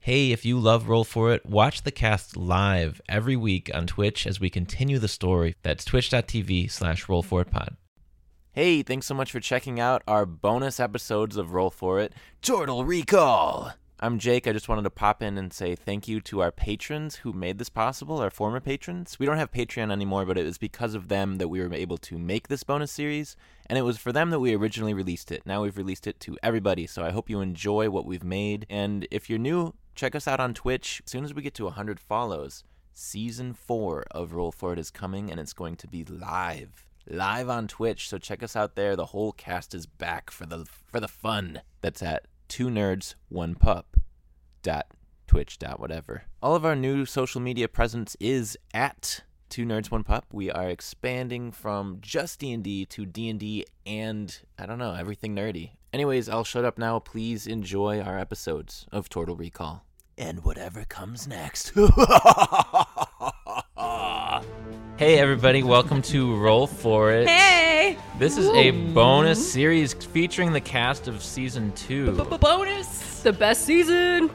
Hey, if you love Roll For It, watch the cast live every week on Twitch as we continue the story. That's twitch.tv slash Roll For It Pod. Hey, thanks so much for checking out our bonus episodes of Roll For It Turtle Recall. I'm Jake. I just wanted to pop in and say thank you to our patrons who made this possible, our former patrons. We don't have Patreon anymore, but it was because of them that we were able to make this bonus series, and it was for them that we originally released it. Now we've released it to everybody, so I hope you enjoy what we've made. And if you're new, check us out on Twitch. As soon as we get to 100 follows, season 4 of Roll For It is coming, and it's going to be live live on Twitch. So check us out there. The whole cast is back for the for the fun. That's at two nerds one pup dot twitch dot whatever. All of our new social media presence is at two nerds one pup. We are expanding from just D and D to D and D and I don't know everything nerdy. Anyways, I'll shut up now. Please enjoy our episodes of Total Recall and whatever comes next. Hey, everybody, welcome to Roll For It. Hey! This is a bonus series featuring the cast of season two. Bonus! The best season.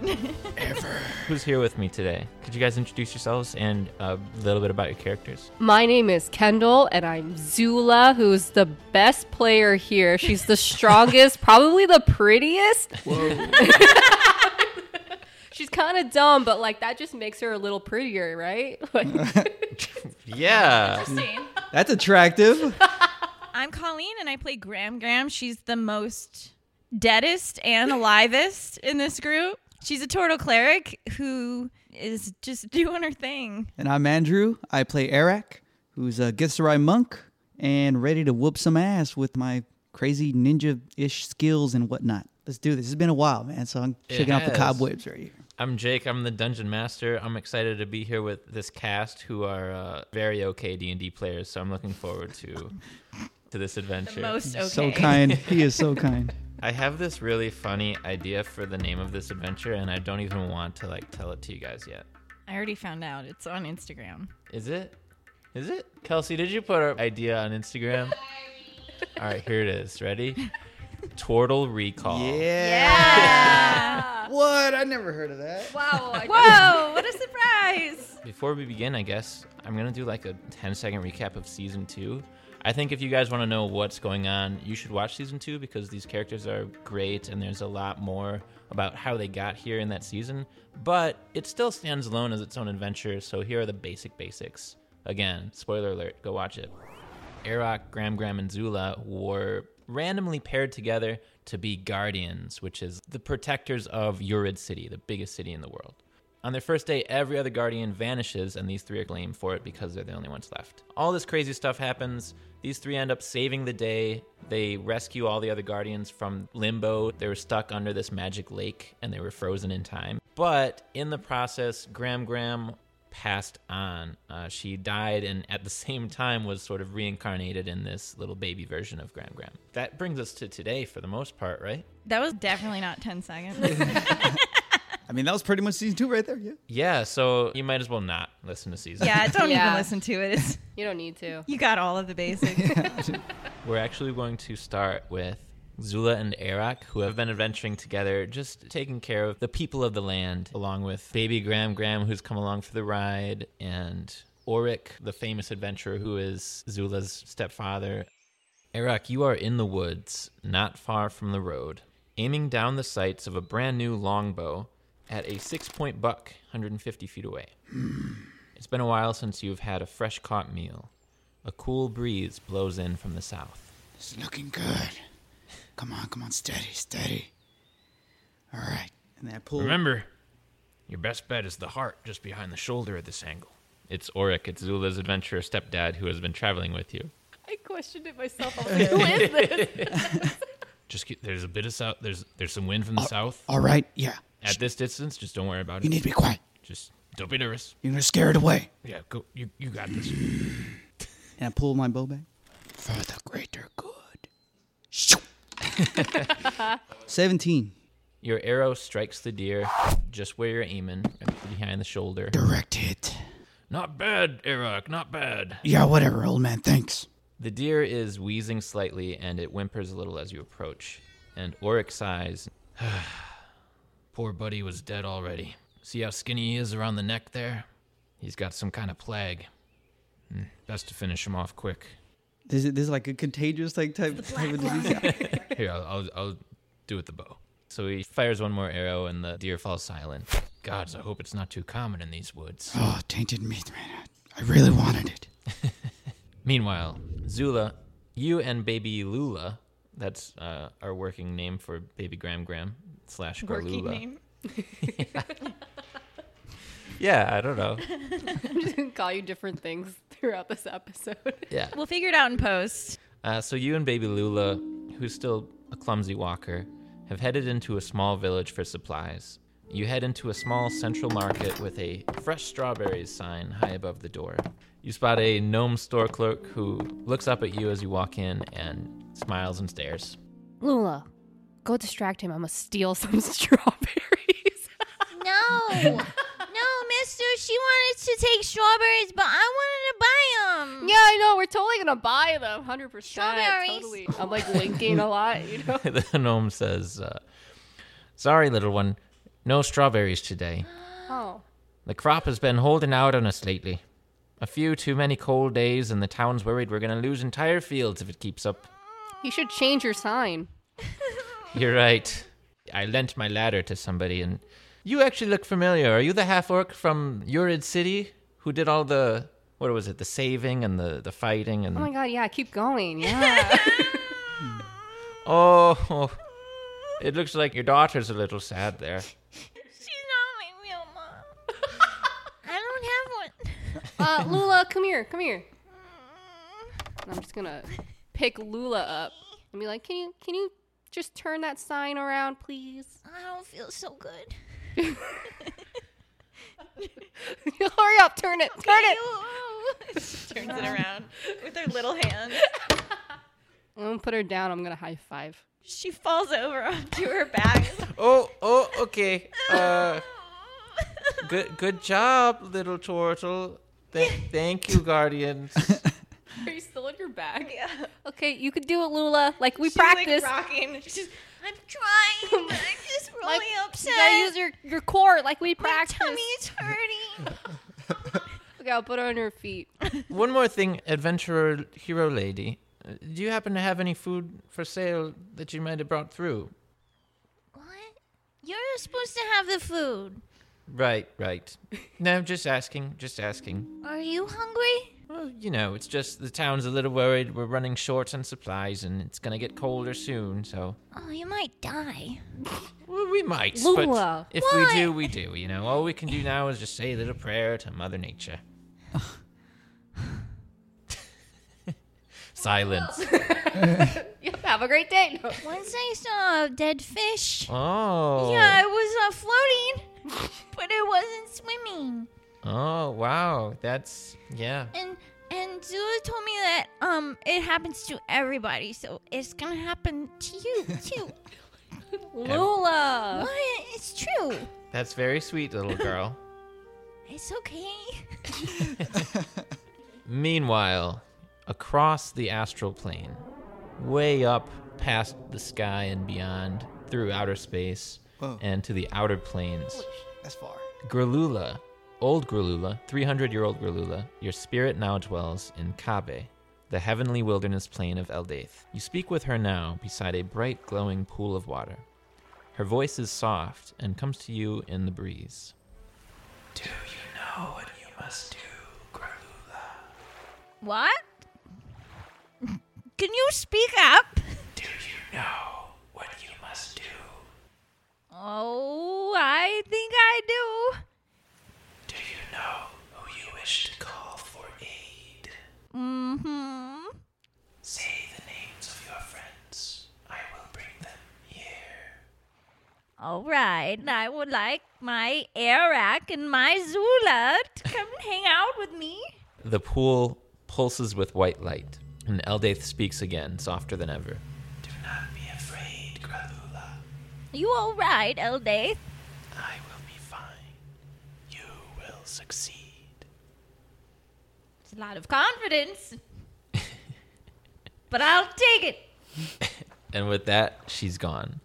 Who's here with me today? Could you guys introduce yourselves and uh, a little bit about your characters? My name is Kendall, and I'm Zula, who's the best player here. She's the strongest, probably the prettiest. She's kind of dumb, but like that just makes her a little prettier, right? Like, Yeah. That's attractive. I'm Colleen and I play Graham Graham. She's the most deadest and alivest in this group. She's a turtle cleric who is just doing her thing. and I'm Andrew. I play Eric, who's a Gitsarai monk and ready to whoop some ass with my crazy ninja ish skills and whatnot. Let's do this. It's been a while, man, so I'm It shaking off the has. cobwebs right here. I'm Jake. I'm the dungeon master. I'm excited to be here with this cast who are uh, very okay D and D players. So I'm looking forward to to this adventure. Most okay. So kind. He is so kind. I have this really funny idea for the name of this adventure, and I don't even want to like tell it to you guys yet. I already found out. It's on Instagram. Is it? Is it? Kelsey, did you put our idea on Instagram? All right, here it is. Ready? Tortle recall. Yeah! What? I never heard of that. wow. I- Whoa, what a surprise! Before we begin, I guess I'm going to do like a 10 second recap of season two. I think if you guys want to know what's going on, you should watch season two because these characters are great and there's a lot more about how they got here in that season. But it still stands alone as its own adventure, so here are the basic basics. Again, spoiler alert, go watch it. Arok, Gram Gram, and Zula were randomly paired together to be guardians, which is the protectors of Urid City, the biggest city in the world. On their first day, every other guardian vanishes, and these three are blamed for it because they're the only ones left. All this crazy stuff happens. These three end up saving the day. They rescue all the other guardians from limbo. They were stuck under this magic lake and they were frozen in time. But in the process, Gram Gram passed on. Uh, she died and at the same time was sort of reincarnated in this little baby version of Gram Gram. That brings us to today for the most part, right? That was definitely not 10 seconds. I mean, that was pretty much season two right there. Yeah. Yeah, so you might as well not listen to season. yeah, don't even Yeah. listen to it. It's, you don't need to. you got all of the basics. We're actually going to start with Zula and Arak, who have been adventuring together, just taking care of the people of the land, along with baby Graham Graham, who's come along for the ride, and Oric, the famous adventurer who is Zula's stepfather. Arak, you are in the woods, not far from the road, aiming down the sights of a brand new longbow at a six point buck, 150 feet away. It's been a while since you've had a fresh caught meal. A cool breeze blows in from the south. It's looking good. Come on, come on, steady, steady. All right. And then I pull. Remember, your best bet is the heart just behind the shoulder at this angle. It's Oric, it's Zula's adventurer stepdad who has been traveling with you. I questioned it myself. I was like, who is this? Just keep, there's a bit of south. There's there's some wind from the south. All right. Yeah. At this distance, just don't worry about You it. need to be quiet. just don't be nervous. You're gonna scare it away. Yeah, go. You you got this. And I pull my bow back. For the greater good. Shoo. 17. Your arrow strikes the deer just where you're aiming, behind the shoulder. Direct hit. Not bad, Eric. Not bad. Yeah, whatever, old man. Thanks. The deer is wheezing slightly and it whimpers a little as you approach. And Oryx sighs. Poor buddy was dead already. See how skinny he is around the neck there? He's got some kind of plague. Hmm, Best to finish him off quick. This is, this is like a contagious like type, type of disease. Here, I'll, I'll, I'll do it the bow. So he fires one more arrow, and the deer falls silent. Gods, I hope it's not too common in these woods. Oh, tainted meat, man. I really wanted it. Meanwhile, Zula, you and baby Lula, that's uh, our working name for baby Gram Gram slash Working Garlula. name. Yeah, I don't know. I'm just gonna call you different things throughout this episode. Yeah. We'll figure it out in post. Uh, so you and baby Lula, who's still a clumsy walker, have headed into a small village for supplies. You head into a small central market with a fresh strawberries sign high above the door. You spot a gnome store clerk who looks up at you as you walk in and smiles and stares. Lula, go distract him. I'm gonna steal some strawberries. No, no, Mister. She wanted to take strawberries, but I wanted to buy them. yeah, I know. We're totally gonna buy them, hundred percent. Strawberries. Totally. I'm like winking a lot, you know. the gnome says, uh, Sorry, little one, no strawberries today. Oh, The crop has been holding out on us lately. A few too many cold days, and the town's worried we're going to lose entire fields if it keeps up. you should change your sign. You're right. I lent my ladder to somebody, and you actually look familiar. Are you the half orc from Urid City who did all the what was it, the saving and the the fighting and Oh my god, yeah, keep going. Yeah. oh, it looks like your daughter's a little sad there. She's not my real mom. I don't have one. uh, Lula, come here, come here. Mm, And I'm just gonna pick Lula up and be like, can you can you just turn that sign around, please? I don't feel so good. Hurry up, turn it, turn it. she turns it around with her little hands. I'm gonna put her down. I'm gonna high five. She falls over onto her back. Oh, oh, okay. Uh, good good job, little turtle. Th- thank you, guardians. Are you still in your bag? yeah. Okay, you could do it, Lula. Like we She's practice. like rocking. She's I'm trying. but I'm just really upset. You gotta use your, your core. Like we practice. My tummy is hurting. Okay, I'll put her on her feet. One more thing, adventurer hero lady. Uh, Do you happen to have any food for sale that you might have brought through? what? You're supposed to have the food. Right, right. no, just asking, just asking. Are you hungry? Well, you know, it's just the town's a little worried. We're running short on supplies, and it's gonna get colder soon. So Oh, you might die. well, we might. Lula. But if we do, we do. You know, all we can do now is just say a little prayer to Mother Nature. Silence. Yep, have a great day. No. Once I saw a dead fish. Oh. Yeah, it was uh, floating, but it wasn't swimming. Oh wow, that's yeah. And and Zula told me that um it happens to everybody, so it's gonna happen to you too. Lula. what? It's true. That's very sweet, little girl. It's okay. Meanwhile, across the astral plane, way up past the sky and beyond, through outer space Whoa. and to the outer planes, That's far. Grulula, old Grulula, 300 year old Grulula, your spirit now dwells in Kabe, the heavenly wilderness plain of Eldaith. You speak with her now beside a bright glowing pool of water. Her voice is soft and comes to you in the breeze. Do you know what you must do, Grulula? What? Can you speak up? Do you know what you must do? Oh, I think I do. Do you know who you wish to call for aid? Mm-hmm. Say the names of your friends. I will bring them here. All right. I would like my Arak and my Zula to come and hang out with me. The pool pulses with white light, and Eldaith speaks again, softer than ever. Do not be afraid, Gralula. You all right, Eldaith? I will be fine. You will succeed. It's a lot of confidence. but I'll take it. And with that, she's gone.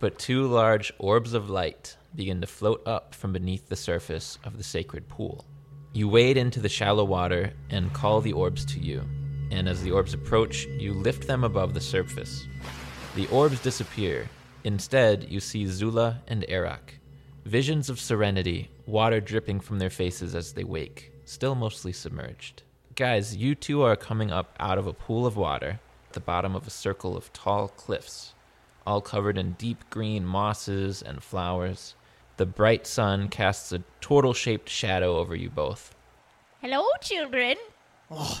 But two large orbs of light begin to float up from beneath the surface of the sacred pool. You wade into the shallow water and call the orbs to you. And as the orbs approach, you lift them above the surface. The orbs disappear. Instead, you see Zula and Erak. Visions of serenity, water dripping from their faces as they wake, still mostly submerged. Guys, you two are coming up out of a pool of water at the bottom of a circle of tall cliffs, all covered in deep green mosses and flowers. The bright sun casts a turtle shaped shadow over you both. Hello, children. Oh,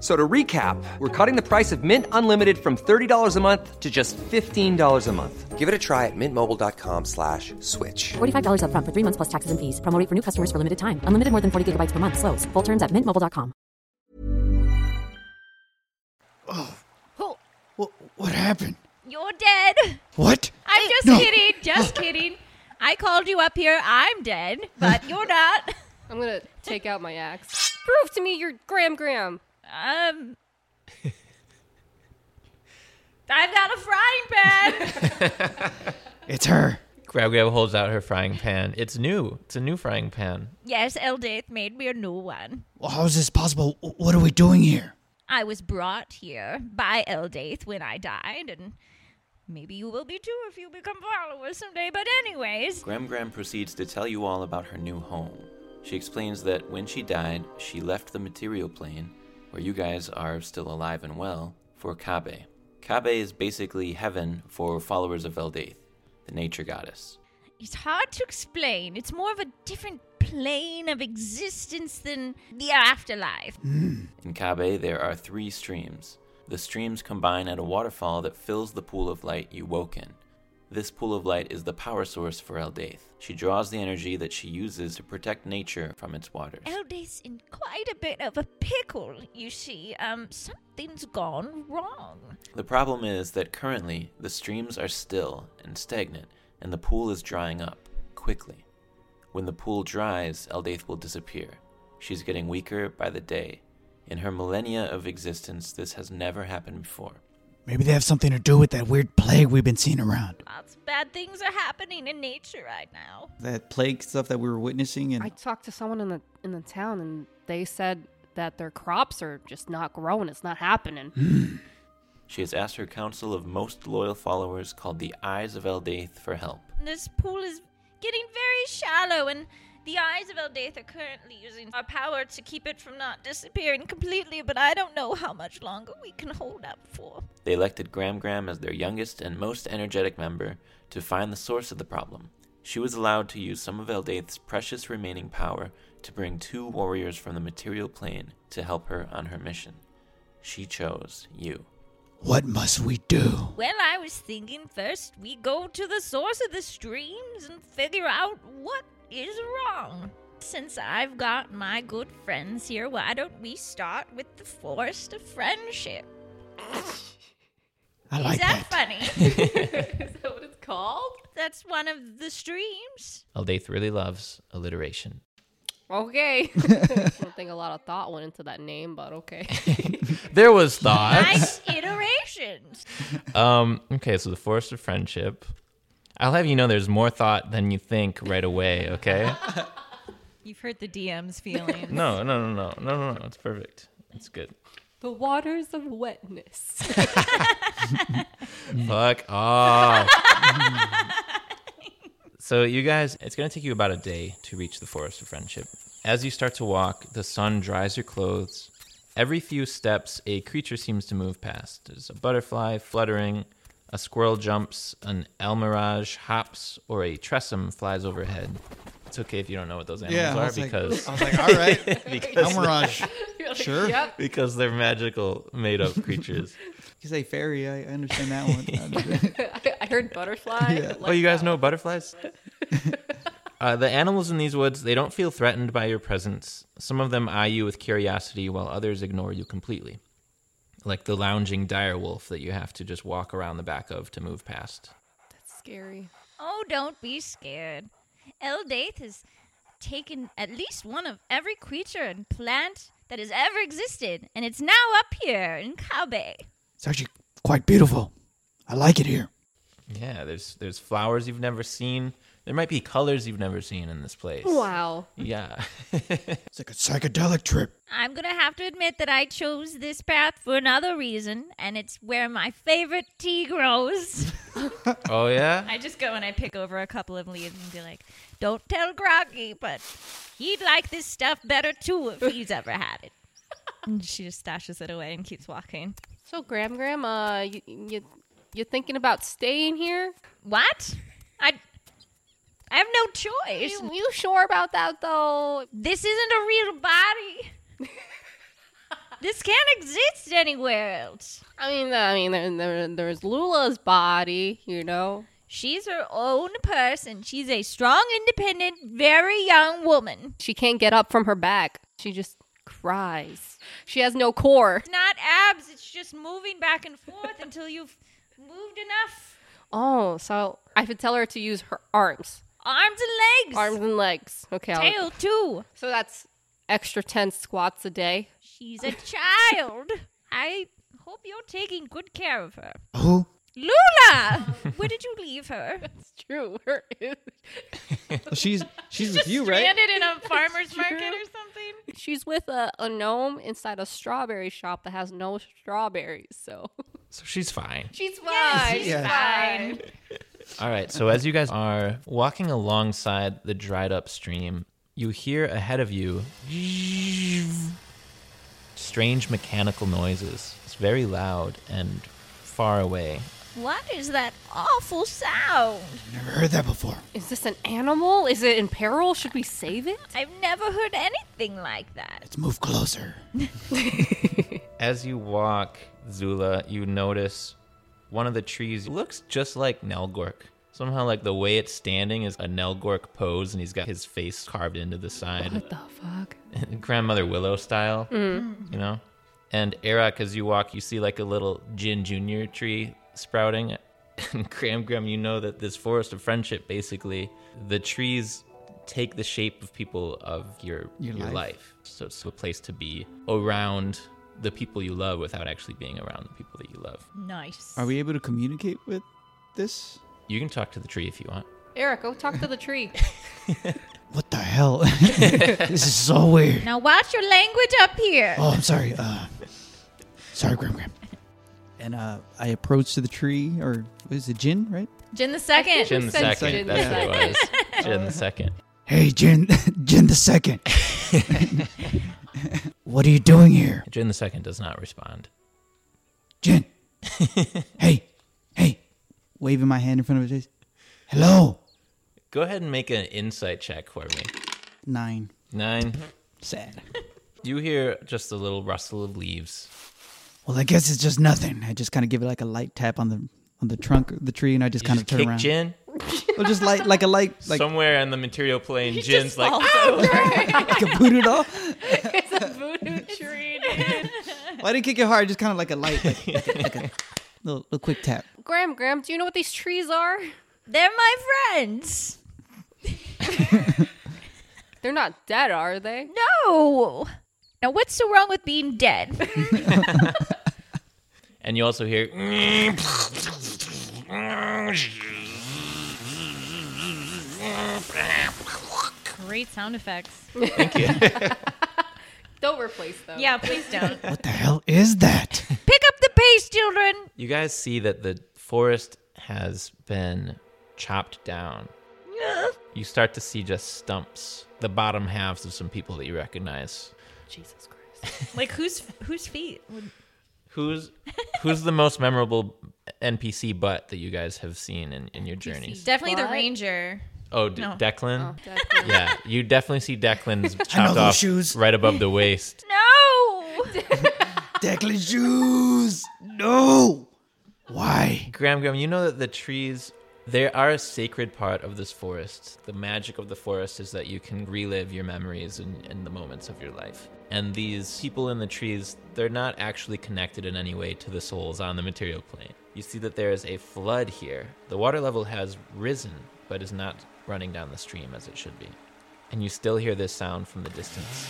So to recap, we're cutting the price of Mint Unlimited from $30 a month to just $15 a month. Give it a try at mintmobile.com slash switch. $45 up front for three months plus taxes and fees. Promo rate for new customers for limited time. Unlimited more than 40 gigabytes per month. Slows. Full terms at mintmobile.com. Who? What, oh. what happened? You're dead. What? I'm just No. kidding. Just kidding. I called you up here. I'm dead, but you're not. I'm gonna take out my axe. Prove to me you're Graham Graham. Um. I've got a frying pan. It's her. Grab Grab holds out her frying pan. It's new. It's a new frying pan. yes, Eldaith made me a new one. Well, how is this possible? W- What are we doing here? I was brought here by Eldaith when I died, and maybe you will be too if you become followers someday. But anyways, Graham Graham proceeds to tell you all about her new home. She explains that when she died, she left the material plane, where you guys are still alive and well, for Kabe. Kabe is basically heaven for followers of Eldaith, the nature goddess. it's hard to explain. It's more of a different plane of existence than the afterlife. In Kabe, there are three streams. The streams combine at a waterfall that fills the pool of light you woke in. This pool of light is the power source for Eldaith. She draws the energy that she uses to protect nature from its waters. Eldaith's in quite a bit of a pickle, you see. Um, something's gone wrong. The problem is that currently the streams are still and stagnant, and the pool is drying up quickly. When the pool dries, Eldaith will disappear. She's getting weaker by the day. In her millennia of existence, this has never happened before. Maybe they have something to do with that weird plague we've been seeing around. Lots of bad things are happening in nature right now. That plague stuff that we were witnessing, and I talked to someone in the in the town, and they said that their crops are just not growing. It's not happening. She has asked her council of most loyal followers, called the Eyes of Eldaith, for help. This pool is getting very shallow, and the eyes of Eldaith are currently using our power to keep it from not disappearing completely, but I don't know how much longer we can hold out for. They elected Graham Graham as their youngest and most energetic member to find the source of the problem. She was allowed to use some of Eldaith's precious remaining power to bring two warriors from the material plane to help her on her mission. She chose you. what must we do? Well, I was thinking first we go to the source of the streams and figure out what is wrong. Since I've got my good friends here, why don't we start with the forest of friendship? I like is that, that. funny? Is that what it's called? That's one of the streams. Eldaith really loves alliteration. Okay. I don't think a lot of thought went into that name, but okay. There was thought. Nice iterations. um, okay, so the forest of friendship. I'll have you know there's more thought than you think right away, okay? You've hurt the DM's feelings. No, no, no, no, no, no, no. It's perfect. It's good. the waters of wetness. Fuck off. so, you guys, it's going to take you about a day to reach the Forest of Friendship. As you start to walk, the sun dries your clothes. Every few steps, a creature seems to move past. There's a butterfly fluttering, a squirrel jumps, an almirage hops, or a tressum flies overhead. It's okay if you don't know what those animals Yeah, I are was like, because I was like, all right, Elmirage. sure. because they're magical, made up creatures. You say fairy, I, I understand that one. I, I heard butterfly. oh, you guys know butterflies? uh, the animals in these woods, they don't feel threatened by your presence. Some of them eye you with curiosity, while others ignore you completely. like the lounging dire wolf that you have to just walk around the back of to move past. That's scary. Oh, don't be scared. Eldath has taken at least one of every creature and plant that has ever existed, and it's now up here in Kabe. It's actually quite beautiful. I like it here. Yeah, there's there's flowers you've never seen. There might be colors you've never seen in this place. Wow. Yeah. It's like a psychedelic trip. I'm gonna have to admit that I chose this path for another reason, and it's where my favorite tea grows. oh yeah. I just go and I pick over a couple of leaves and be like, Don't tell Groggy, but he'd like this stuff better too if he's ever had it. and she just stashes it away and keeps walking. So, Graham, Graham, uh, you, you, you thinking about staying here? What? I I have no choice. You, you sure about that, though? This isn't a real body. this can't exist anywhere else. I mean, I mean, there, there, there's Lula's body, you know. She's her own person. She's a strong, independent, very young woman. She can't get up from her back. She just cries. She has no core. It's not abs, it's just moving back and forth until you've moved enough Oh, so I could tell her to use her arms, arms and legs. arms and legs. Okay, I'll- tail too. so that's extra ten squats a day. She's a child. I hope you're taking good care of her. Who? Lula! Where did you leave her? It's true. Her is- she's she's with you, right? Stranded in a farmer's market or something. She's with a, a gnome inside a strawberry shop that has no strawberries. So So she's fine. she's fine. Yeah. Fine. All right. So as you guys are walking alongside the dried up stream, you hear ahead of you strange mechanical noises. It's very loud and far away. What is that awful sound? Never heard that before. Is this an animal? Is it in peril? Should we save it? I've never heard anything like that. Let's move closer. As you walk, Zula, you notice one of the trees looks just like Nelgork. Somehow, like the way it's standing is a Nelgork pose, and he's got his face carved into the side. What the fuck? grandmother willow style you know and eric as you walk you see like a little gin junior tree sprouting and Cram Grim, you know that this forest of friendship basically the trees take the shape of people of your your, Your life. life. so it's a place to be around the people you love without actually being around the people that you love Nice. Are we able to communicate with this? you can talk to the tree if you want Eric, go talk to the tree. What the hell? this is so weird. Now watch your language up here. Oh, I'm sorry. Uh, sorry, Grim Grim. And uh, I approach to the tree, or what is it, Jin, right? Jin the second. second. jin the Sensei. second Jin that's the what it was jin the second Hey, Jin, Jin the second. what are you doing here, jin the second does not respond Jin? hey, hey, waving my hand in front of his face. Hello, go ahead and make an insight check for me nine. nine Sad. You hear just a little rustle of leaves. Well, I guess it's just nothing. I just kind of give it like a light tap on the on the trunk of the tree, and I just You kind just of turn kick around. Jin. Well, just like like a light, like Somewhere on the material plane, Jin's like, "Ah!" like a boot it off. Voodoo tree. Well, I didn't kick it hard. Just kind of like a light, like, like a little, little quick tap. Graham, Graham, do you know what these trees are? They're my friends. They're not dead, are they? No. Now what's so wrong with being dead? and you also hear. "Mm." Great sound effects. Don't replace them. Yeah, please don't. What the hell is that? Pick up the pace, children. You guys see that the forest has been chopped down. You start to see just stumps, the bottom halves of some people that you recognize. Jesus Christ. like whose whose feet? would- Who's who's the most memorable NPC butt that you guys have seen in, in your journeys? Definitely What? the ranger. Oh, D- No. Declan. Definitely. Yeah, you definitely see Declan's chopped those off shoes. right above the waist. No. Declan shoes. No. Why? Graham, Graham, you know that the trees, they are a sacred part of this forest. The magic of the forest is that you can relive your memories and, and the moments of your life. and these people in the trees, they're not actually connected in any way to the souls on the material plane. You see that there is a flood here. The water level has risen, but is not running down the stream as it should be. And you still hear this sound from the distance,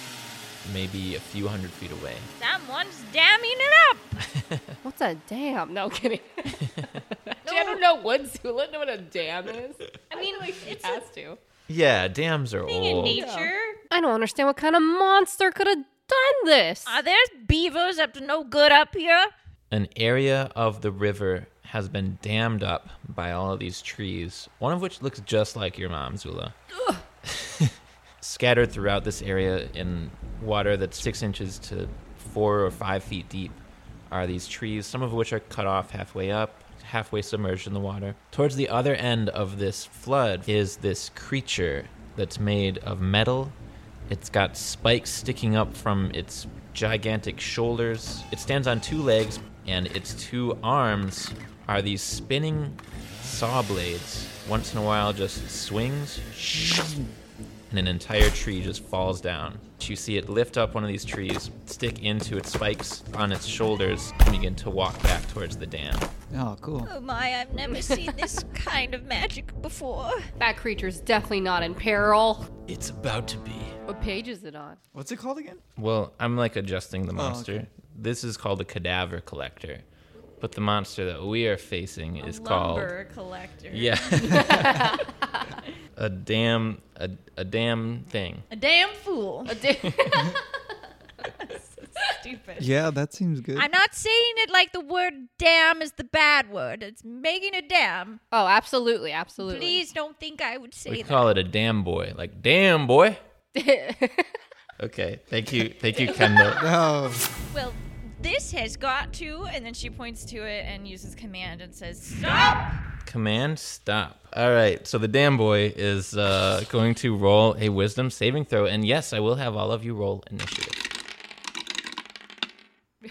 maybe a few hundred feet away. Someone's damming it up. What's a dam? No kidding. Gee, I don't know what Zula know what a dam is. I mean, It it's a has to. Yeah, dams are thing in old. nature. I don't understand what kind of monster could have done this. Are there beavers up to no good up here? an area of the river has been dammed up by all of these trees, one of which looks just like your mom, Zula. Scattered throughout this area in water that's six inches to four or five feet deep are these trees, some of which are cut off halfway up, halfway submerged in the water. Towards the other end of this flood is this creature that's made of metal it's got spikes sticking up from its gigantic shoulders. It stands on two legs, and its two arms are these spinning saw blades. Once in a while, just swings, and an entire tree just falls down. You see it lift up one of these trees, stick into its spikes on its shoulders, and begin to walk back towards the dam. Oh, cool. Oh my, I've never seen this kind of magic before. that creature's definitely not in peril. It's about to be. What page is it on? What's it called again? Well, I'm like adjusting the monster. okay. This is called a cadaver collector, but the monster that we are facing is called Lumber collector. Yeah. a damn a, a damn thing. A damn fool. A dam. Stupid. Yeah, that seems good. I'm not saying it like the word damn is the bad word. It's making a dam. oh, absolutely, absolutely. Please don't think I would say We that. call it a damn boy. Like damn boy. Okay. Thank you. Thank you, Kendall. Oh, Well, this has got to, and then she points to it and uses command and says, Stop! Command stop. All right. So the damn boy is uh, going to roll a wisdom saving throw, and yes, I will have all of you roll initiative.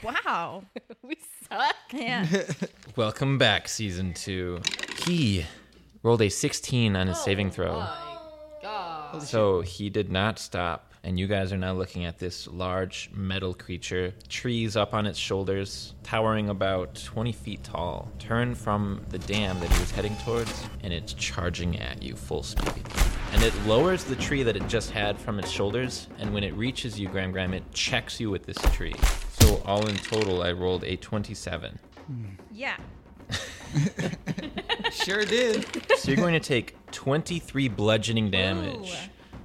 Wow. we suck. Yeah. Welcome back, season two. He rolled a 16 on his saving throw. God. So he did not stop, and you guys are now looking at this large metal creature, trees up on its shoulders, towering about 20 feet tall, turn from the dam that he was heading towards, and it's charging at you full speed. And it lowers the tree that it just had from its shoulders, and when it reaches you, Gram Gram, it checks you with this tree. So all in total, I rolled a 27. Yeah. sure did. So you're going to take 23 bludgeoning damage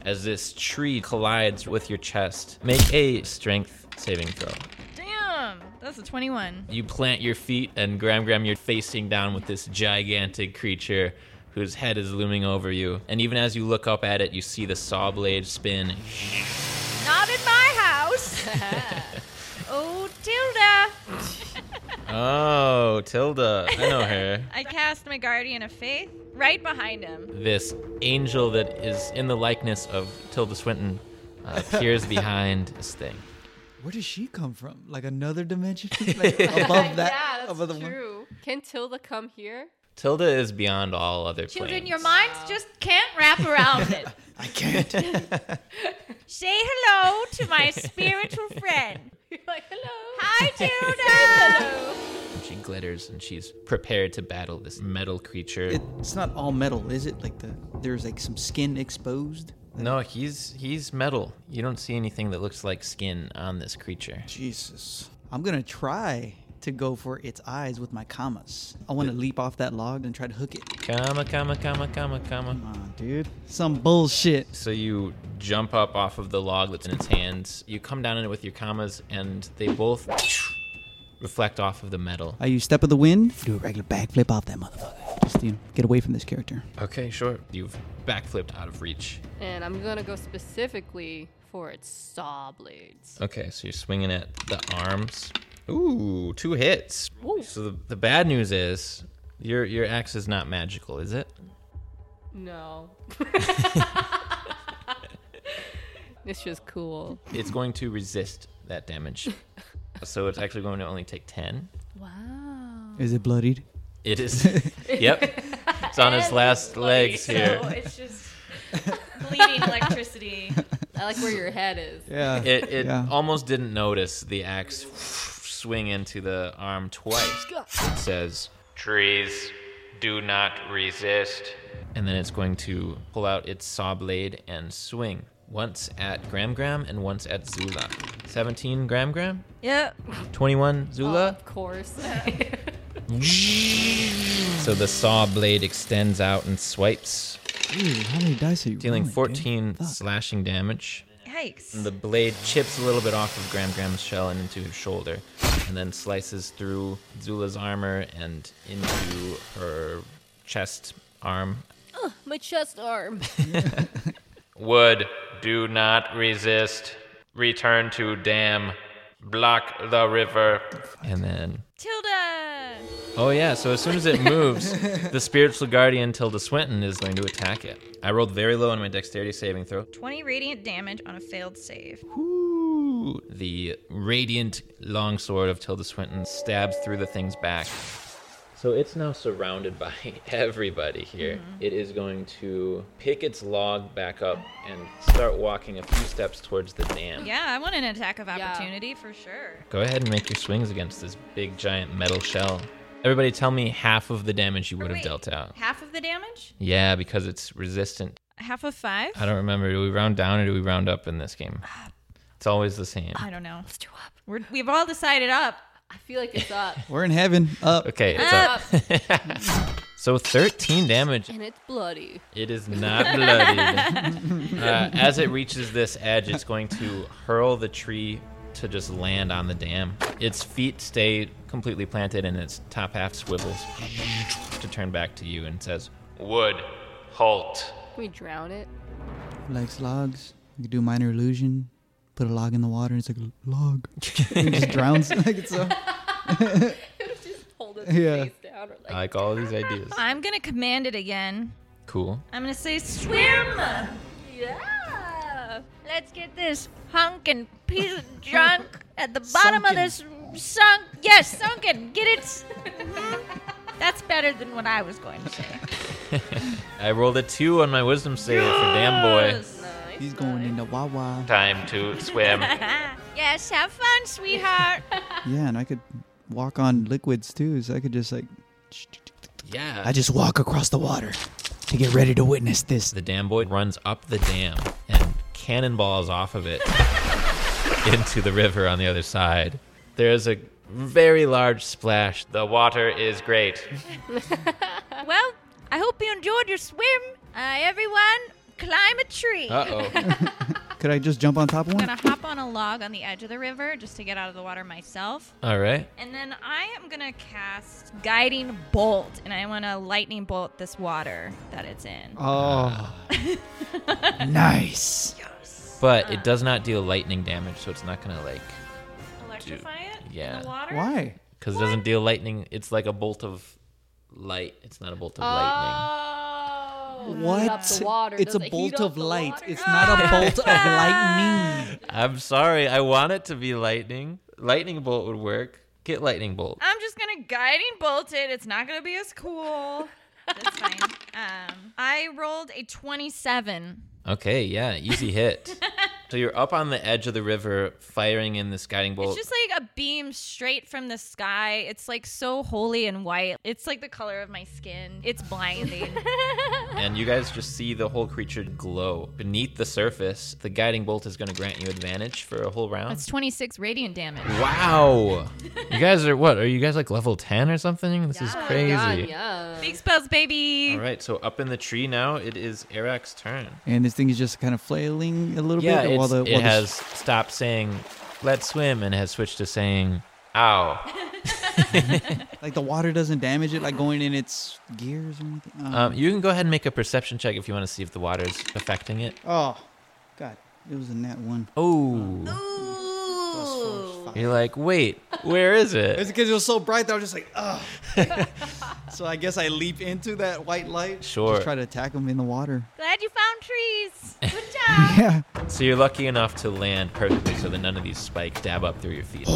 as this tree collides with your chest. Make a strength saving throw. Damn. That's a 21. You plant your feet, and Gram Gram, you're facing down with this gigantic creature whose head is looming over you. And even as you look up at it, you see the saw blade spin. Not in my house. oh, Tilda. Oh, Tilda. I know her. I cast my guardian of faith right behind him. this angel that is in the likeness of Tilda Swinton uh, appears behind this thing. Where does she come from? Like another dimension? Like yeah, above that? that's above the one? true. Can Tilda come here? Tilda is beyond all other Children, planes. your minds just can't wrap around it. I can't. Say hello to my spiritual friend. You're like, hello. Hi, Tilda. She glitters and she's prepared to battle this metal creature. It's not all metal, is it? Like the there's like some skin exposed. no, he's he's metal. You don't see anything that looks like skin on this creature. Jesus. I'm gonna try to go for its eyes with my commas. I want to leap off that log and try to hook it. Comma, comma, comma, comma, comma. Come on, dude. Some bullshit. So you jump up off of the log that's in its hands. You come down on it with your commas, and they both reflect off of the metal. I use step of the wind. Do a regular backflip off that motherfucker. Just you know, get away from this character. Okay, sure. You've backflipped out of reach. And I'm gonna go specifically for its saw blades. Okay, so you're swinging at the arms. Ooh, two hits. So the, the bad news is your your axe is not magical, is it? No. this just cool. it's going to resist that damage. so it's actually going to only take 10. Is it bloodied? It is. yep. It's on its last legs here. it's just bleeding electricity. I like where your head is. Yeah. It, it Yeah. almost didn't notice the axe swing into the arm twice. It says, Trees, do not resist. And then it's going to pull out its saw blade and swing. Once at Gram Gram and once at Zula. 17 Gram Gram, Yep. 21 Zula. Of course. So the saw blade extends out and swipes, Dude, how many dice are you dealing rolling, dude? 14 slashing damage. Yikes. The blade chips a little bit off of Gram Gram's shell and into his shoulder, and then slices through Zula's armor and into her chest arm. My chest arm. Wood, do not resist. Return to dam. Block the river. And then. Tilda. Oh, yeah, so as soon as it moves, the spiritual guardian Tilda Swinton is going to attack it. I rolled very low on my dexterity saving throw. 20 radiant damage on a failed save. Ooh. The radiant longsword of Tilda Swinton stabs through the thing's back. So it's now surrounded by everybody here. Mm-hmm. It is going to pick its log back up and start walking a few steps towards the dam. Yeah, I want an attack of Yeah. opportunity for sure. Go ahead and make your swings against this big giant metal shell. Everybody tell me half of the damage you would have Wait, dealt out. Half of the damage? Yeah, because it's resistant. Half of five? I don't remember. Do we round down or do we round up in this game? It's always the same. Uh, I don't know. Let's do up. We're, we've all decided up. I feel like it's up. We're in heaven. Up. Okay, it's up. Uh, so 13 damage. And it's bloody. It is not bloodied. uh, as it reaches this edge, it's going to hurl the tree to just land on the dam. Its feet stay completely planted and its top half swivels to turn back to you and says, Wood, halt. Can we drown it? Likes logs. You could do minor illusion. Put a log in the water and it's like log. and it just drowns. like it's so. Just hold it Yeah. face down. Or like, I like all these ideas. I'm going to command it again. Cool. I'm going to say swim. Yeah. Let's get this hunkin' piece of junk at the bottom of Sunken. this sunk. Yes, sunken. Get it? Mhm. That's better than what I was going to say. I rolled a 2 on my wisdom save for Damn Boy. He's going into Wawa. Time to swim. Yes, have fun, sweetheart. Yeah, and I could walk on liquids too, so I could just like. Yeah. I just walk across the water to get ready to witness this. The dam boy runs up the dam and cannonballs off of it into the river on the other side. There is a very large splash. The water is great. well, I hope you enjoyed your swim. Uh, everyone, climb a tree. Uh oh. Could I just jump on top of I'm one? going to hop on a log on the edge of the river just to get out of the water myself. All right. And then I am going to cast Guiding Bolt. And I want to lightning bolt this water that it's in. Oh. nice. But it does not deal lightning damage, so it's not going to like. Electrify it yeah. in the water? Why? Because it doesn't deal lightning. It's like a bolt of light. It's not a bolt of lightning. Oh. What? the water. it's Does a it bolt heat up of the light. water? It's not a bolt of lightning. I'm sorry. I want it to be lightning. Lightning bolt would work. Get lightning bolt. I'm just gonna guiding bolt it. It's not gonna be as cool. That's fine. Um, I rolled a 27. Okay, yeah, easy hit. so you're up on the edge of the river, firing in this guiding bolt. It's just like a beam straight from the sky. It's like so holy and white. It's like the color of my skin. It's blinding. and you guys just see the whole creature glow beneath the surface. The guiding bolt is going to grant you advantage for a whole round. That's 26 radiant damage. wow. you guys are what? Are you guys like level 10 or something? This is Oh crazy. yeah. Big spells, baby. All right, so up in the tree now, it is Erac's turn. And this thing is just kind of flailing a little Yeah, bit it's, while the it while the has stopped saying, let's swim, and has switched to saying, ow. Like the water doesn't damage it, like going in its gears or anything. Oh, Um, you can go ahead and make a perception check if you want to see if the water is affecting it. oh, god, it was in that one. Oh. Plus four, five. You're like, wait, where is It's it? because it was so bright that I was just like, ugh. so I guess I leap into that white light. Sure. Just try to attack him in the water. Glad you found trees. Good job. Yeah. So you're lucky enough to land perfectly so that none of these spikes dab up through your feet.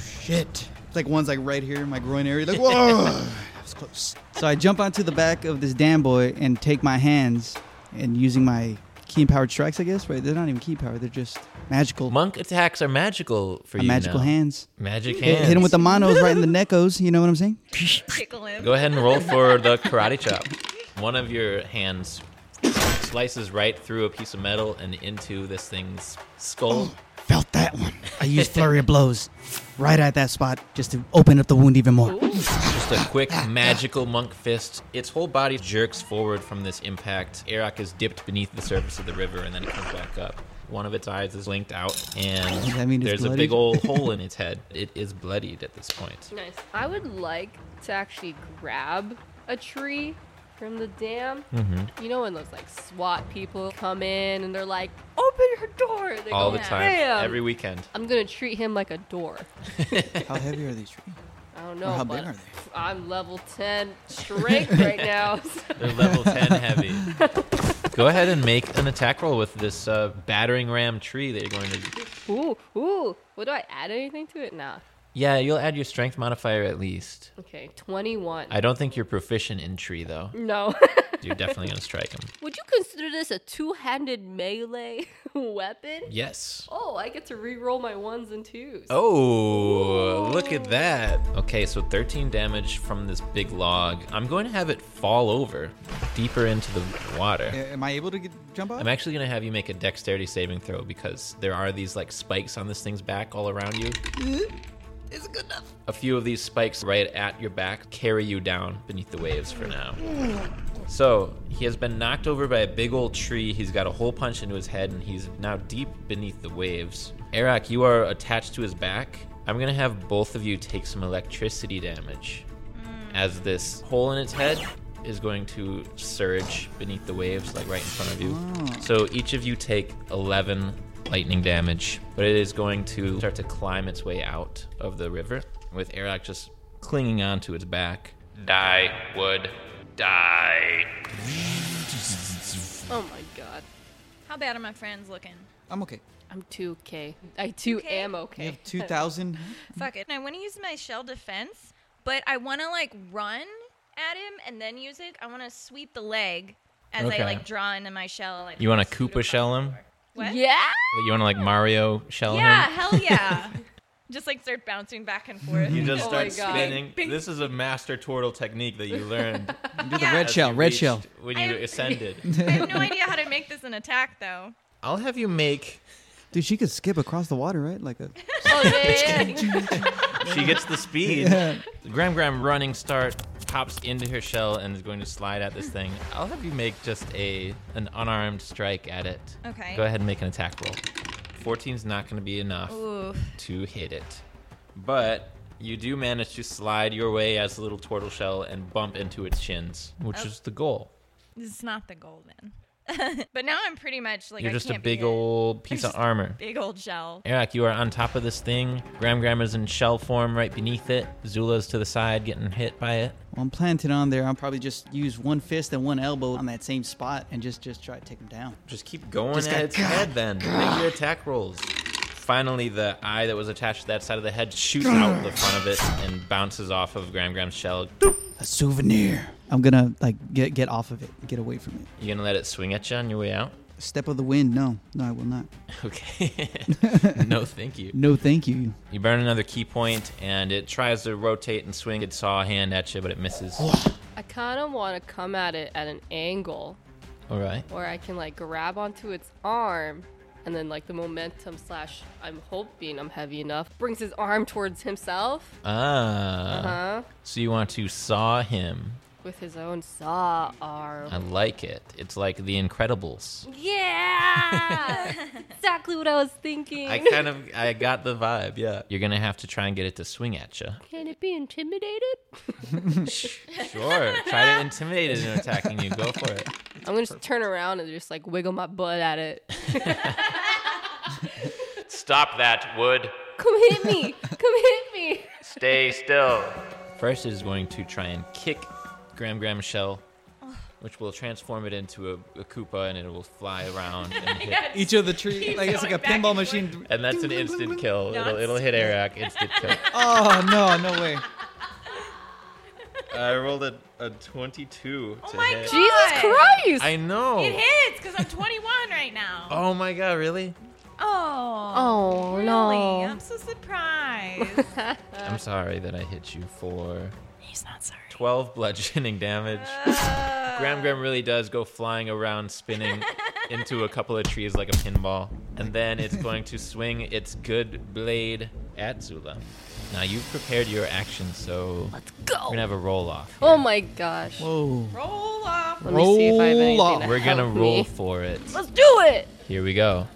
Shit. It's like one's like right here in my groin area. Like, whoa. that was close. So I jump onto the back of this damn boy and take my hands and using my key empowered strikes, I guess. Right? They're not even key powered. They're just magical. Monk attacks are magical for uh, you. magical now. hands. Magic Hit, hands. hit him with the monos right in the neckos. You know what I'm saying? Tickle him. Go ahead and roll for the karate chop. One of your hands slices right through a piece of metal and into this thing's skull. Felt that one. I used flurry of blows right at that spot just to open up the wound even more. Just a quick magical monk fist. Its whole body jerks forward from this impact. Arak is dipped beneath the surface of the river and then it comes back up. One of its eyes is linked out, Does that and mean it's there's a bloodied? big old hole in its head. It is bloodied at this point. Nice. I would like to actually grab a tree from the dam. Mm-hmm. You know when those like SWAT people come in and they're like, "Open your door!" They All go, the time, "Bam!" every weekend. I'm gonna treat him like a door. How heavy are these trees? I don't know, how but big are they? I'm level ten strength right now. so- They're level 10 heavy. Go ahead and make an attack roll with this uh, battering ram tree that you're going to. ooh, ooh. What do I add anything to it? Nah. Yeah, you'll add your strength modifier at least. Okay, twenty-one. I don't think you're proficient in tree, though. no. You're definitely going to strike him. would you consider this a two-handed melee weapon? Yes. Oh, I get to re-roll my ones and twos. Oh, look at that. Okay, so 13 damage from this big log. I'm going to have it fall over deeper into the water. Am I able to get, jump off? I'm actually going to have you make a dexterity saving throw because there are these like spikes on this thing's back all around you. Is it good enough? A few of these spikes right at your back carry you down beneath the waves for now. So he has been knocked over by a big old tree. He's got a hole punch into his head and he's now deep beneath the waves. Arak, you are attached to his back. I'm going to have both of you take some electricity damage as this hole in its head is going to surge beneath the waves, like right in front of you. So each of you take 11 lightning damage, but it is going to start to climb its way out of the river with Arak just clinging onto its back. Die, would die. Oh my god. How bad are my friends looking? I'm okay. I'm 2K. I too am You okay. have 2,000. Fuck it. And I want to use my shell defense, but I want to like run at him and then use it. I want to sweep the leg as Okay. I like draw into my shell. Like, You want to shoot Koopa across shell the him? floor. What? Yeah! You want to like Mario shell Yeah, him? hell yeah. just like start bouncing back and forth. You just Oh start my God. spinning. This is a master turtle technique that you learned. Do the Yeah. red as shell, you red reached- shell. When I you am- ascended. I have no idea how to make this an attack though. I'll have you make Dude, she could skip across the water, right? Like a. Oh, yeah, yeah, yeah. She gets the speed. Graham Graham running start pops into her shell and is going to slide at this thing. I'll have you make just a an unarmed strike at it. Okay. Go ahead and make an attack roll. 14's not going to be enough Ooh. to hit it. But you do manage to slide your way as a little turtle shell and bump into its shins, Oh. which is the goal. This is not the goal then. but now I'm pretty much like You're I just a can't be big hit. old piece of just- armor. big old shell. Eric, you are on top of this thing. Graham Graham is in shell form right beneath it. Zula's to the side getting hit by it. Well, I'm planted on there. I'll probably just use one fist and one elbow on that same spot and just just try to take him down. Just keep going Just at go, its head then. Make your attack rolls. Finally, the eye that was attached to that side of the head shoots out the front of it and bounces off of Graham Graham's shell. You A souvenir. I'm gonna like get get off of it, get away from it. gonna let it swing at you on your way out? Step of the wind. No, no, I will not. Okay. no, thank you. No, thank you. You burn another key point, and it tries to rotate and swing its saw hand at you, but it misses. I kind of want to come at it at an angle All right. where I can like grab onto its arm and then like the momentum slash I'm hoping I'm heavy enough brings his arm towards himself Ah. huh So you want to saw him? with his own saw arm. I like it. It's like The Incredibles. Yeah! exactly what I was thinking. I kind of I got the vibe. Yeah. You're gonna have to try and get it to swing at you. Can it be intimidated? Sure. Try to intimidate it into attacking you. Go for it. I'm gonna just turn around and just like wiggle my butt at it. Stop that, Wood. Come hit me! Come hit me! Stay still. First, it is going to try and kick Gram Gram Shell, which will transform it into a, a Koopa and it will fly around and hit. Each of the trees, like it's like a pinball machine. And that's an instant kill. It'll, it'll hit Arak, instant kill. Oh no, no way. I rolled a, a 22. Oh to my God. hit. Jesus Christ! I know. It hits because I'm 21 right now. Oh my god, really? Oh. oh really? no! I'm so surprised. I'm sorry that I hit you for He's not sorry. 12 bludgeoning damage. Graham Graham really does go flying around, spinning into a couple of trees like a pinball. And then it's going to swing its good blade at Zula. Now you've prepared your action, so Let's we're go! gonna have a roll off. Oh my gosh! Whoa. Roll off. Let me see if I have roll anything off. to We're gonna help roll me. for it. Let's do it! Here we go.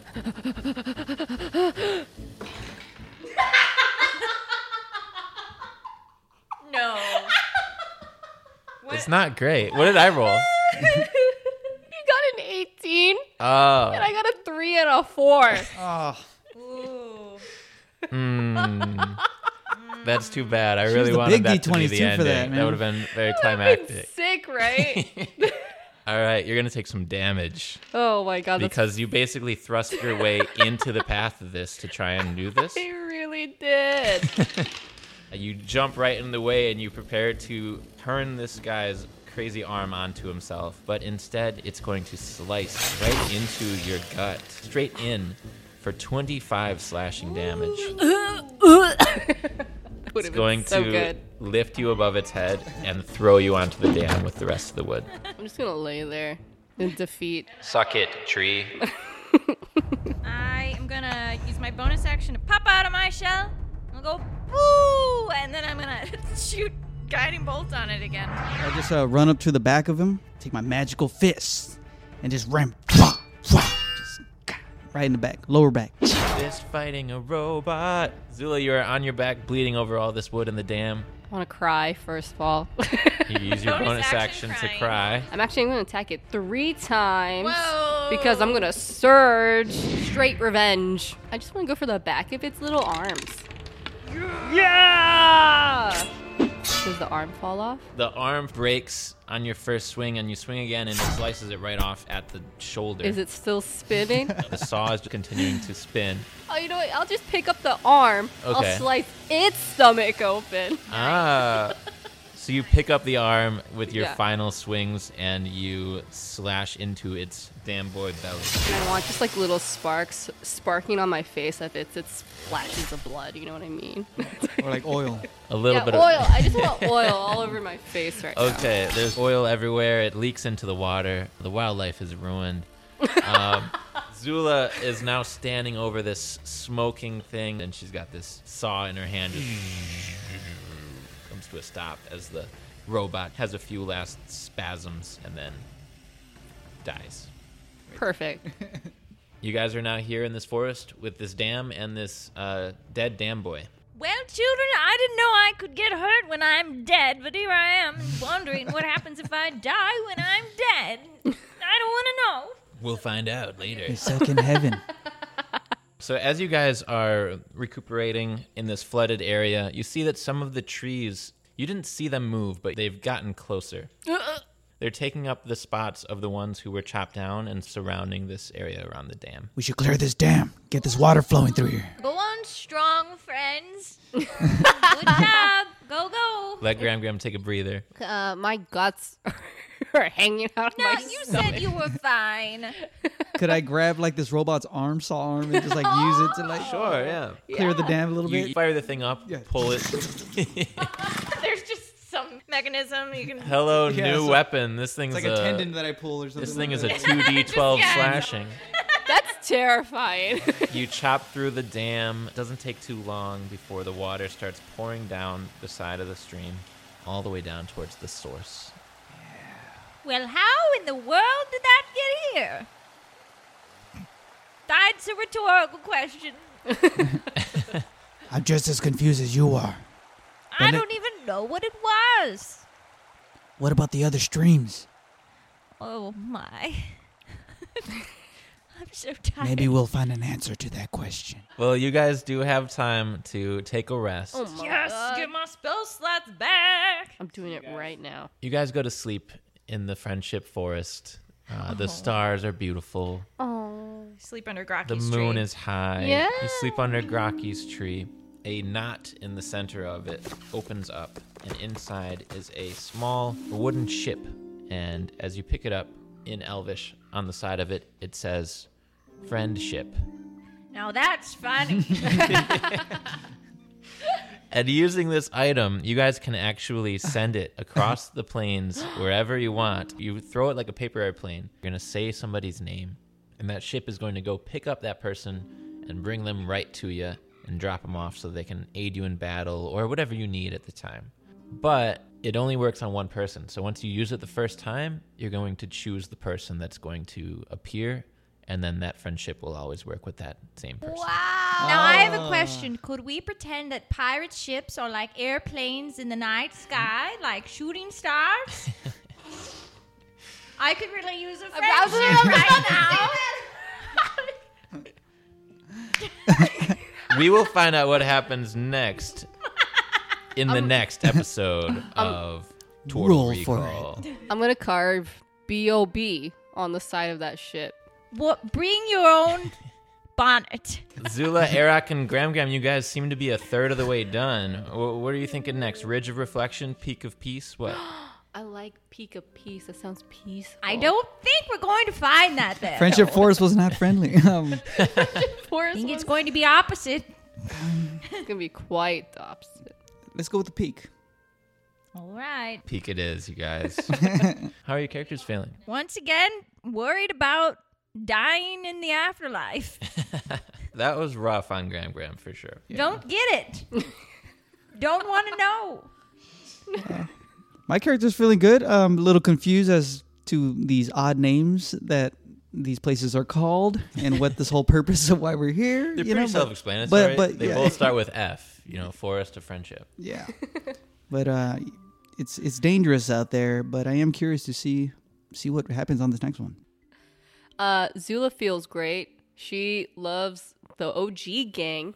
No. It's not great. What did I roll? You got an 18, Oh. and I got a three and a four. Ah, Ooh. Mm. That's too bad. I really the wanted big that to be the D22 ending. for that, man. would have been very That'd be climactic. sick, right? All right, you're gonna take some damage oh my god! That's because you basically thrust your way into the path of this to try and do this. I really did. You jump right in the way and you prepare to turn this guy's crazy arm onto himself, but instead it's going to slice right into your gut, straight in, for 25 slashing damage. Would It's have going been so to good. lift you above its head and throw you onto the dam with the rest of the wood. I'm just gonna lay there in defeat. Suck it, tree. I am gonna use my bonus action to pop out of my shell. I'll go boo, and then I'm gonna shoot guiding bolt on it again. I just uh, run up to the back of him, take my magical fist, and just ram. Just right in the back, lower back. This fighting a robot. Zula, you are on your back, bleeding over all this wood in the dam. I want to cry first of all. You use your Bonus bonus, action action, to crying. cry. I'm actually going to attack it three times Whoa! because I'm going to surge straight revenge. I just want to go for the back of its little arms. Yeah! Does the arm fall off? The arm breaks on your first swing, and you swing again, and it slices it right off at the shoulder. Is it still spinning? The saw is continuing to spin. oh, you know what? I'll just pick up the arm. Okay. I'll slice its stomach open. Ah. So you pick up the arm with your Yeah. final swings, and you slash into its damn boy belly. I want just like little sparks sparking on my face if it's its splashes of blood. You know what I mean? Or like oil. A little yeah, bit oil. of I just want oil all over my face right now. Okay, there's oil everywhere. It leaks into the water. The wildlife is ruined. Um, Zula is now standing over this smoking thing, and she's got this saw in her hand. Just comes to a stop as the robot has a few last spasms and then dies. Perfect. You guys are now here in this forest with this dam and this uh, dead dam boy. Well, children, I didn't know I could get hurt when I'm dead, but here I am wondering what happens if I die when I'm dead. I don't want We'll find out later. It's like in heaven. So as you guys are recuperating in this flooded area, you see that some of the trees, you didn't see them move, but they've gotten closer. They're taking up the spots of the ones who were chopped down and surrounding this area around the dam. We should clear this dam. Get this water flowing through here. to know. Go on strong, friends. Good job. Go, go. Let Graham Graham take a breather. Uh, my guts are hanging out of No, my you stomach. said you were fine. Could I grab like this robot's arm, saw arm, and just like use it to like Sure, yeah. clear the dam a little You bit? fire the thing up, Yeah. pull it. There's just some mechanism you can. Hello, Yeah, new so- weapon. This thing's It's like a tendon that I pull or something. This thing like is a that. 2d12 slashing. That's terrifying. You chop through the dam. It doesn't take too long before the water starts pouring down the side of the stream, all the way down towards the source. Well, how in the world did that get here? That's a rhetorical question. I'm just as confused as you are. I Then it- don't even know what it was. What about the other streams? Oh my. I'm so tired. Maybe we'll find an answer to that question. Well, you guys do have time to take a rest. Oh my Yes, God. get my spell slots back. I'm doing it right now. You guys go to sleep in the friendship forest. Uh, the stars are beautiful. Oh, Sleep under Grocky's The tree. moon is high. You sleep under Grocky's tree. a knot in the center of it opens up, and inside is a small wooden ship. And as you pick it up in Elvish, on the side of it, it says, Friendship. Now that's funny. And using this item, you guys can actually send it across the plains wherever you want. You throw it like a paper airplane. You're going to say somebody's name, and that ship is going to go pick up that person and bring them right to you and drop them off so they can aid you in battle or whatever you need at the time. But it only works on one person. So once you use it the first time, you're going to choose the person that's going to appear, and then that friendship will always work with that same person. Now I have Ah. a question. Could we pretend that pirate ships are like airplanes in the night sky, like shooting stars? I could really use a friendship right now. we will find out what happens next in the next episode of Total Roll for Recall. I'm gonna carve B.O.B. on the side of that ship. what? Bring your own bonnet. Zula, Arak, and Gram Gram, you guys seem to be a third of the way done. Wh- What are you thinking next? Ridge of Reflection, Peak of Peace? What? I like peak of peace. That sounds peaceful. I don't think we're going to find that there. Friendship Force was not friendly. Um, I think it's going to be opposite. It's gonna be quite the opposite. let's go with the peak. All right. Peak it is, you guys. How are your characters feeling? Once again, worried about dying in the afterlife. That was rough on Gram Gram for sure. Don't get it. Don't want to know. My character's feeling good. I'm a little confused as to these odd names that these places are called and what this whole purpose of why we're here. They're you pretty know, but- But, self-explanatory. but, they yeah, both start with F. You know, forest of friendship. yeah. But uh, it's it's dangerous out there. But I am curious to see see what happens on this next one. Uh, Zula feels great. She loves the OG gang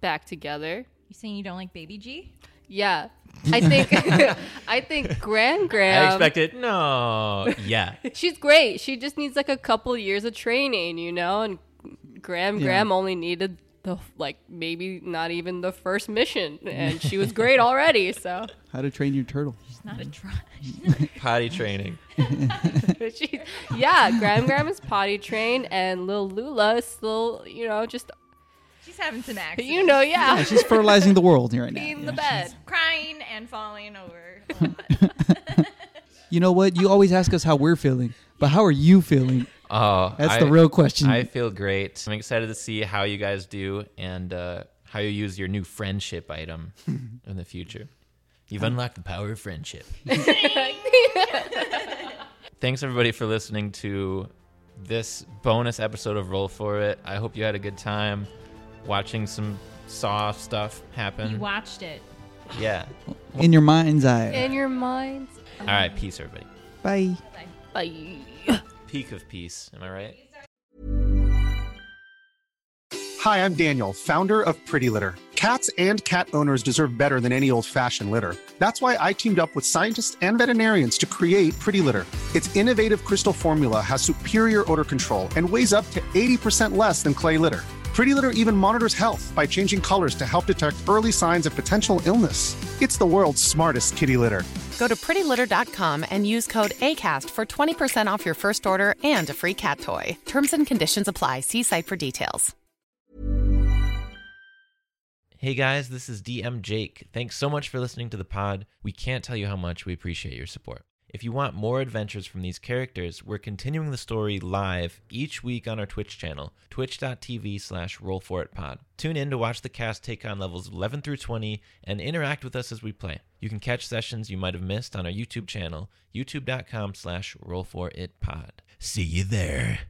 back together. You saying you don't like Baby G? Yeah, I think I think Gran Gran. I expected no. Yeah, She's great. She just needs like a couple years of training, you know. And Graham Graham only needed the like maybe not even the first mission, and she was great already. So How to Train Your Turtle. It's not a try. potty training. she, yeah, Graham Graham is potty trained, and Lil Lula is still, you know, just She's having some accidents. you know, yeah, She's fertilizing the world right now. in yeah. the bed. crying and falling over. You know what? You always ask us how we're feeling, but how are you feeling? Oh, That's I- the real question. I feel great. I'm excited to see how you guys do and uh, how you use your new friendship item in the future. You've unlocked the power of friendship. Thanks everybody for listening to this bonus episode of Roll for It. I hope you had a good time watching some saw stuff You happen. watched it. yeah. In your mind's eye. In your mind, All right, peace everybody. Bye. Bye. Peak of peace, am I right? Hi, I'm Daniel, founder of Pretty Litter. Cats and cat owners deserve better than any old fashioned litter. That's why I teamed up with scientists and veterinarians to create Pretty Litter. Its innovative crystal formula has superior odor control and weighs up to 80% less than clay litter. Pretty Litter even monitors health by changing colors to help detect early signs of potential illness. It's the world's smartest kitty litter. Go to prettylitter.com and use code ACAST for 20% off your first order and a free cat toy. Terms and conditions apply. See site for details. Hey guys, this is DM Jake. Thanks so much for listening to the pod. We can't tell you how much we appreciate your support. If you want more adventures from these characters, we're continuing the story live each week on our Twitch channel, twitch.tv slash rollforitpod. Tune in to watch the cast take on levels 11 through 20 and interact with us as we play. You can catch sessions you might have missed on our YouTube channel, youtube.com slash rollforitpod. See you there.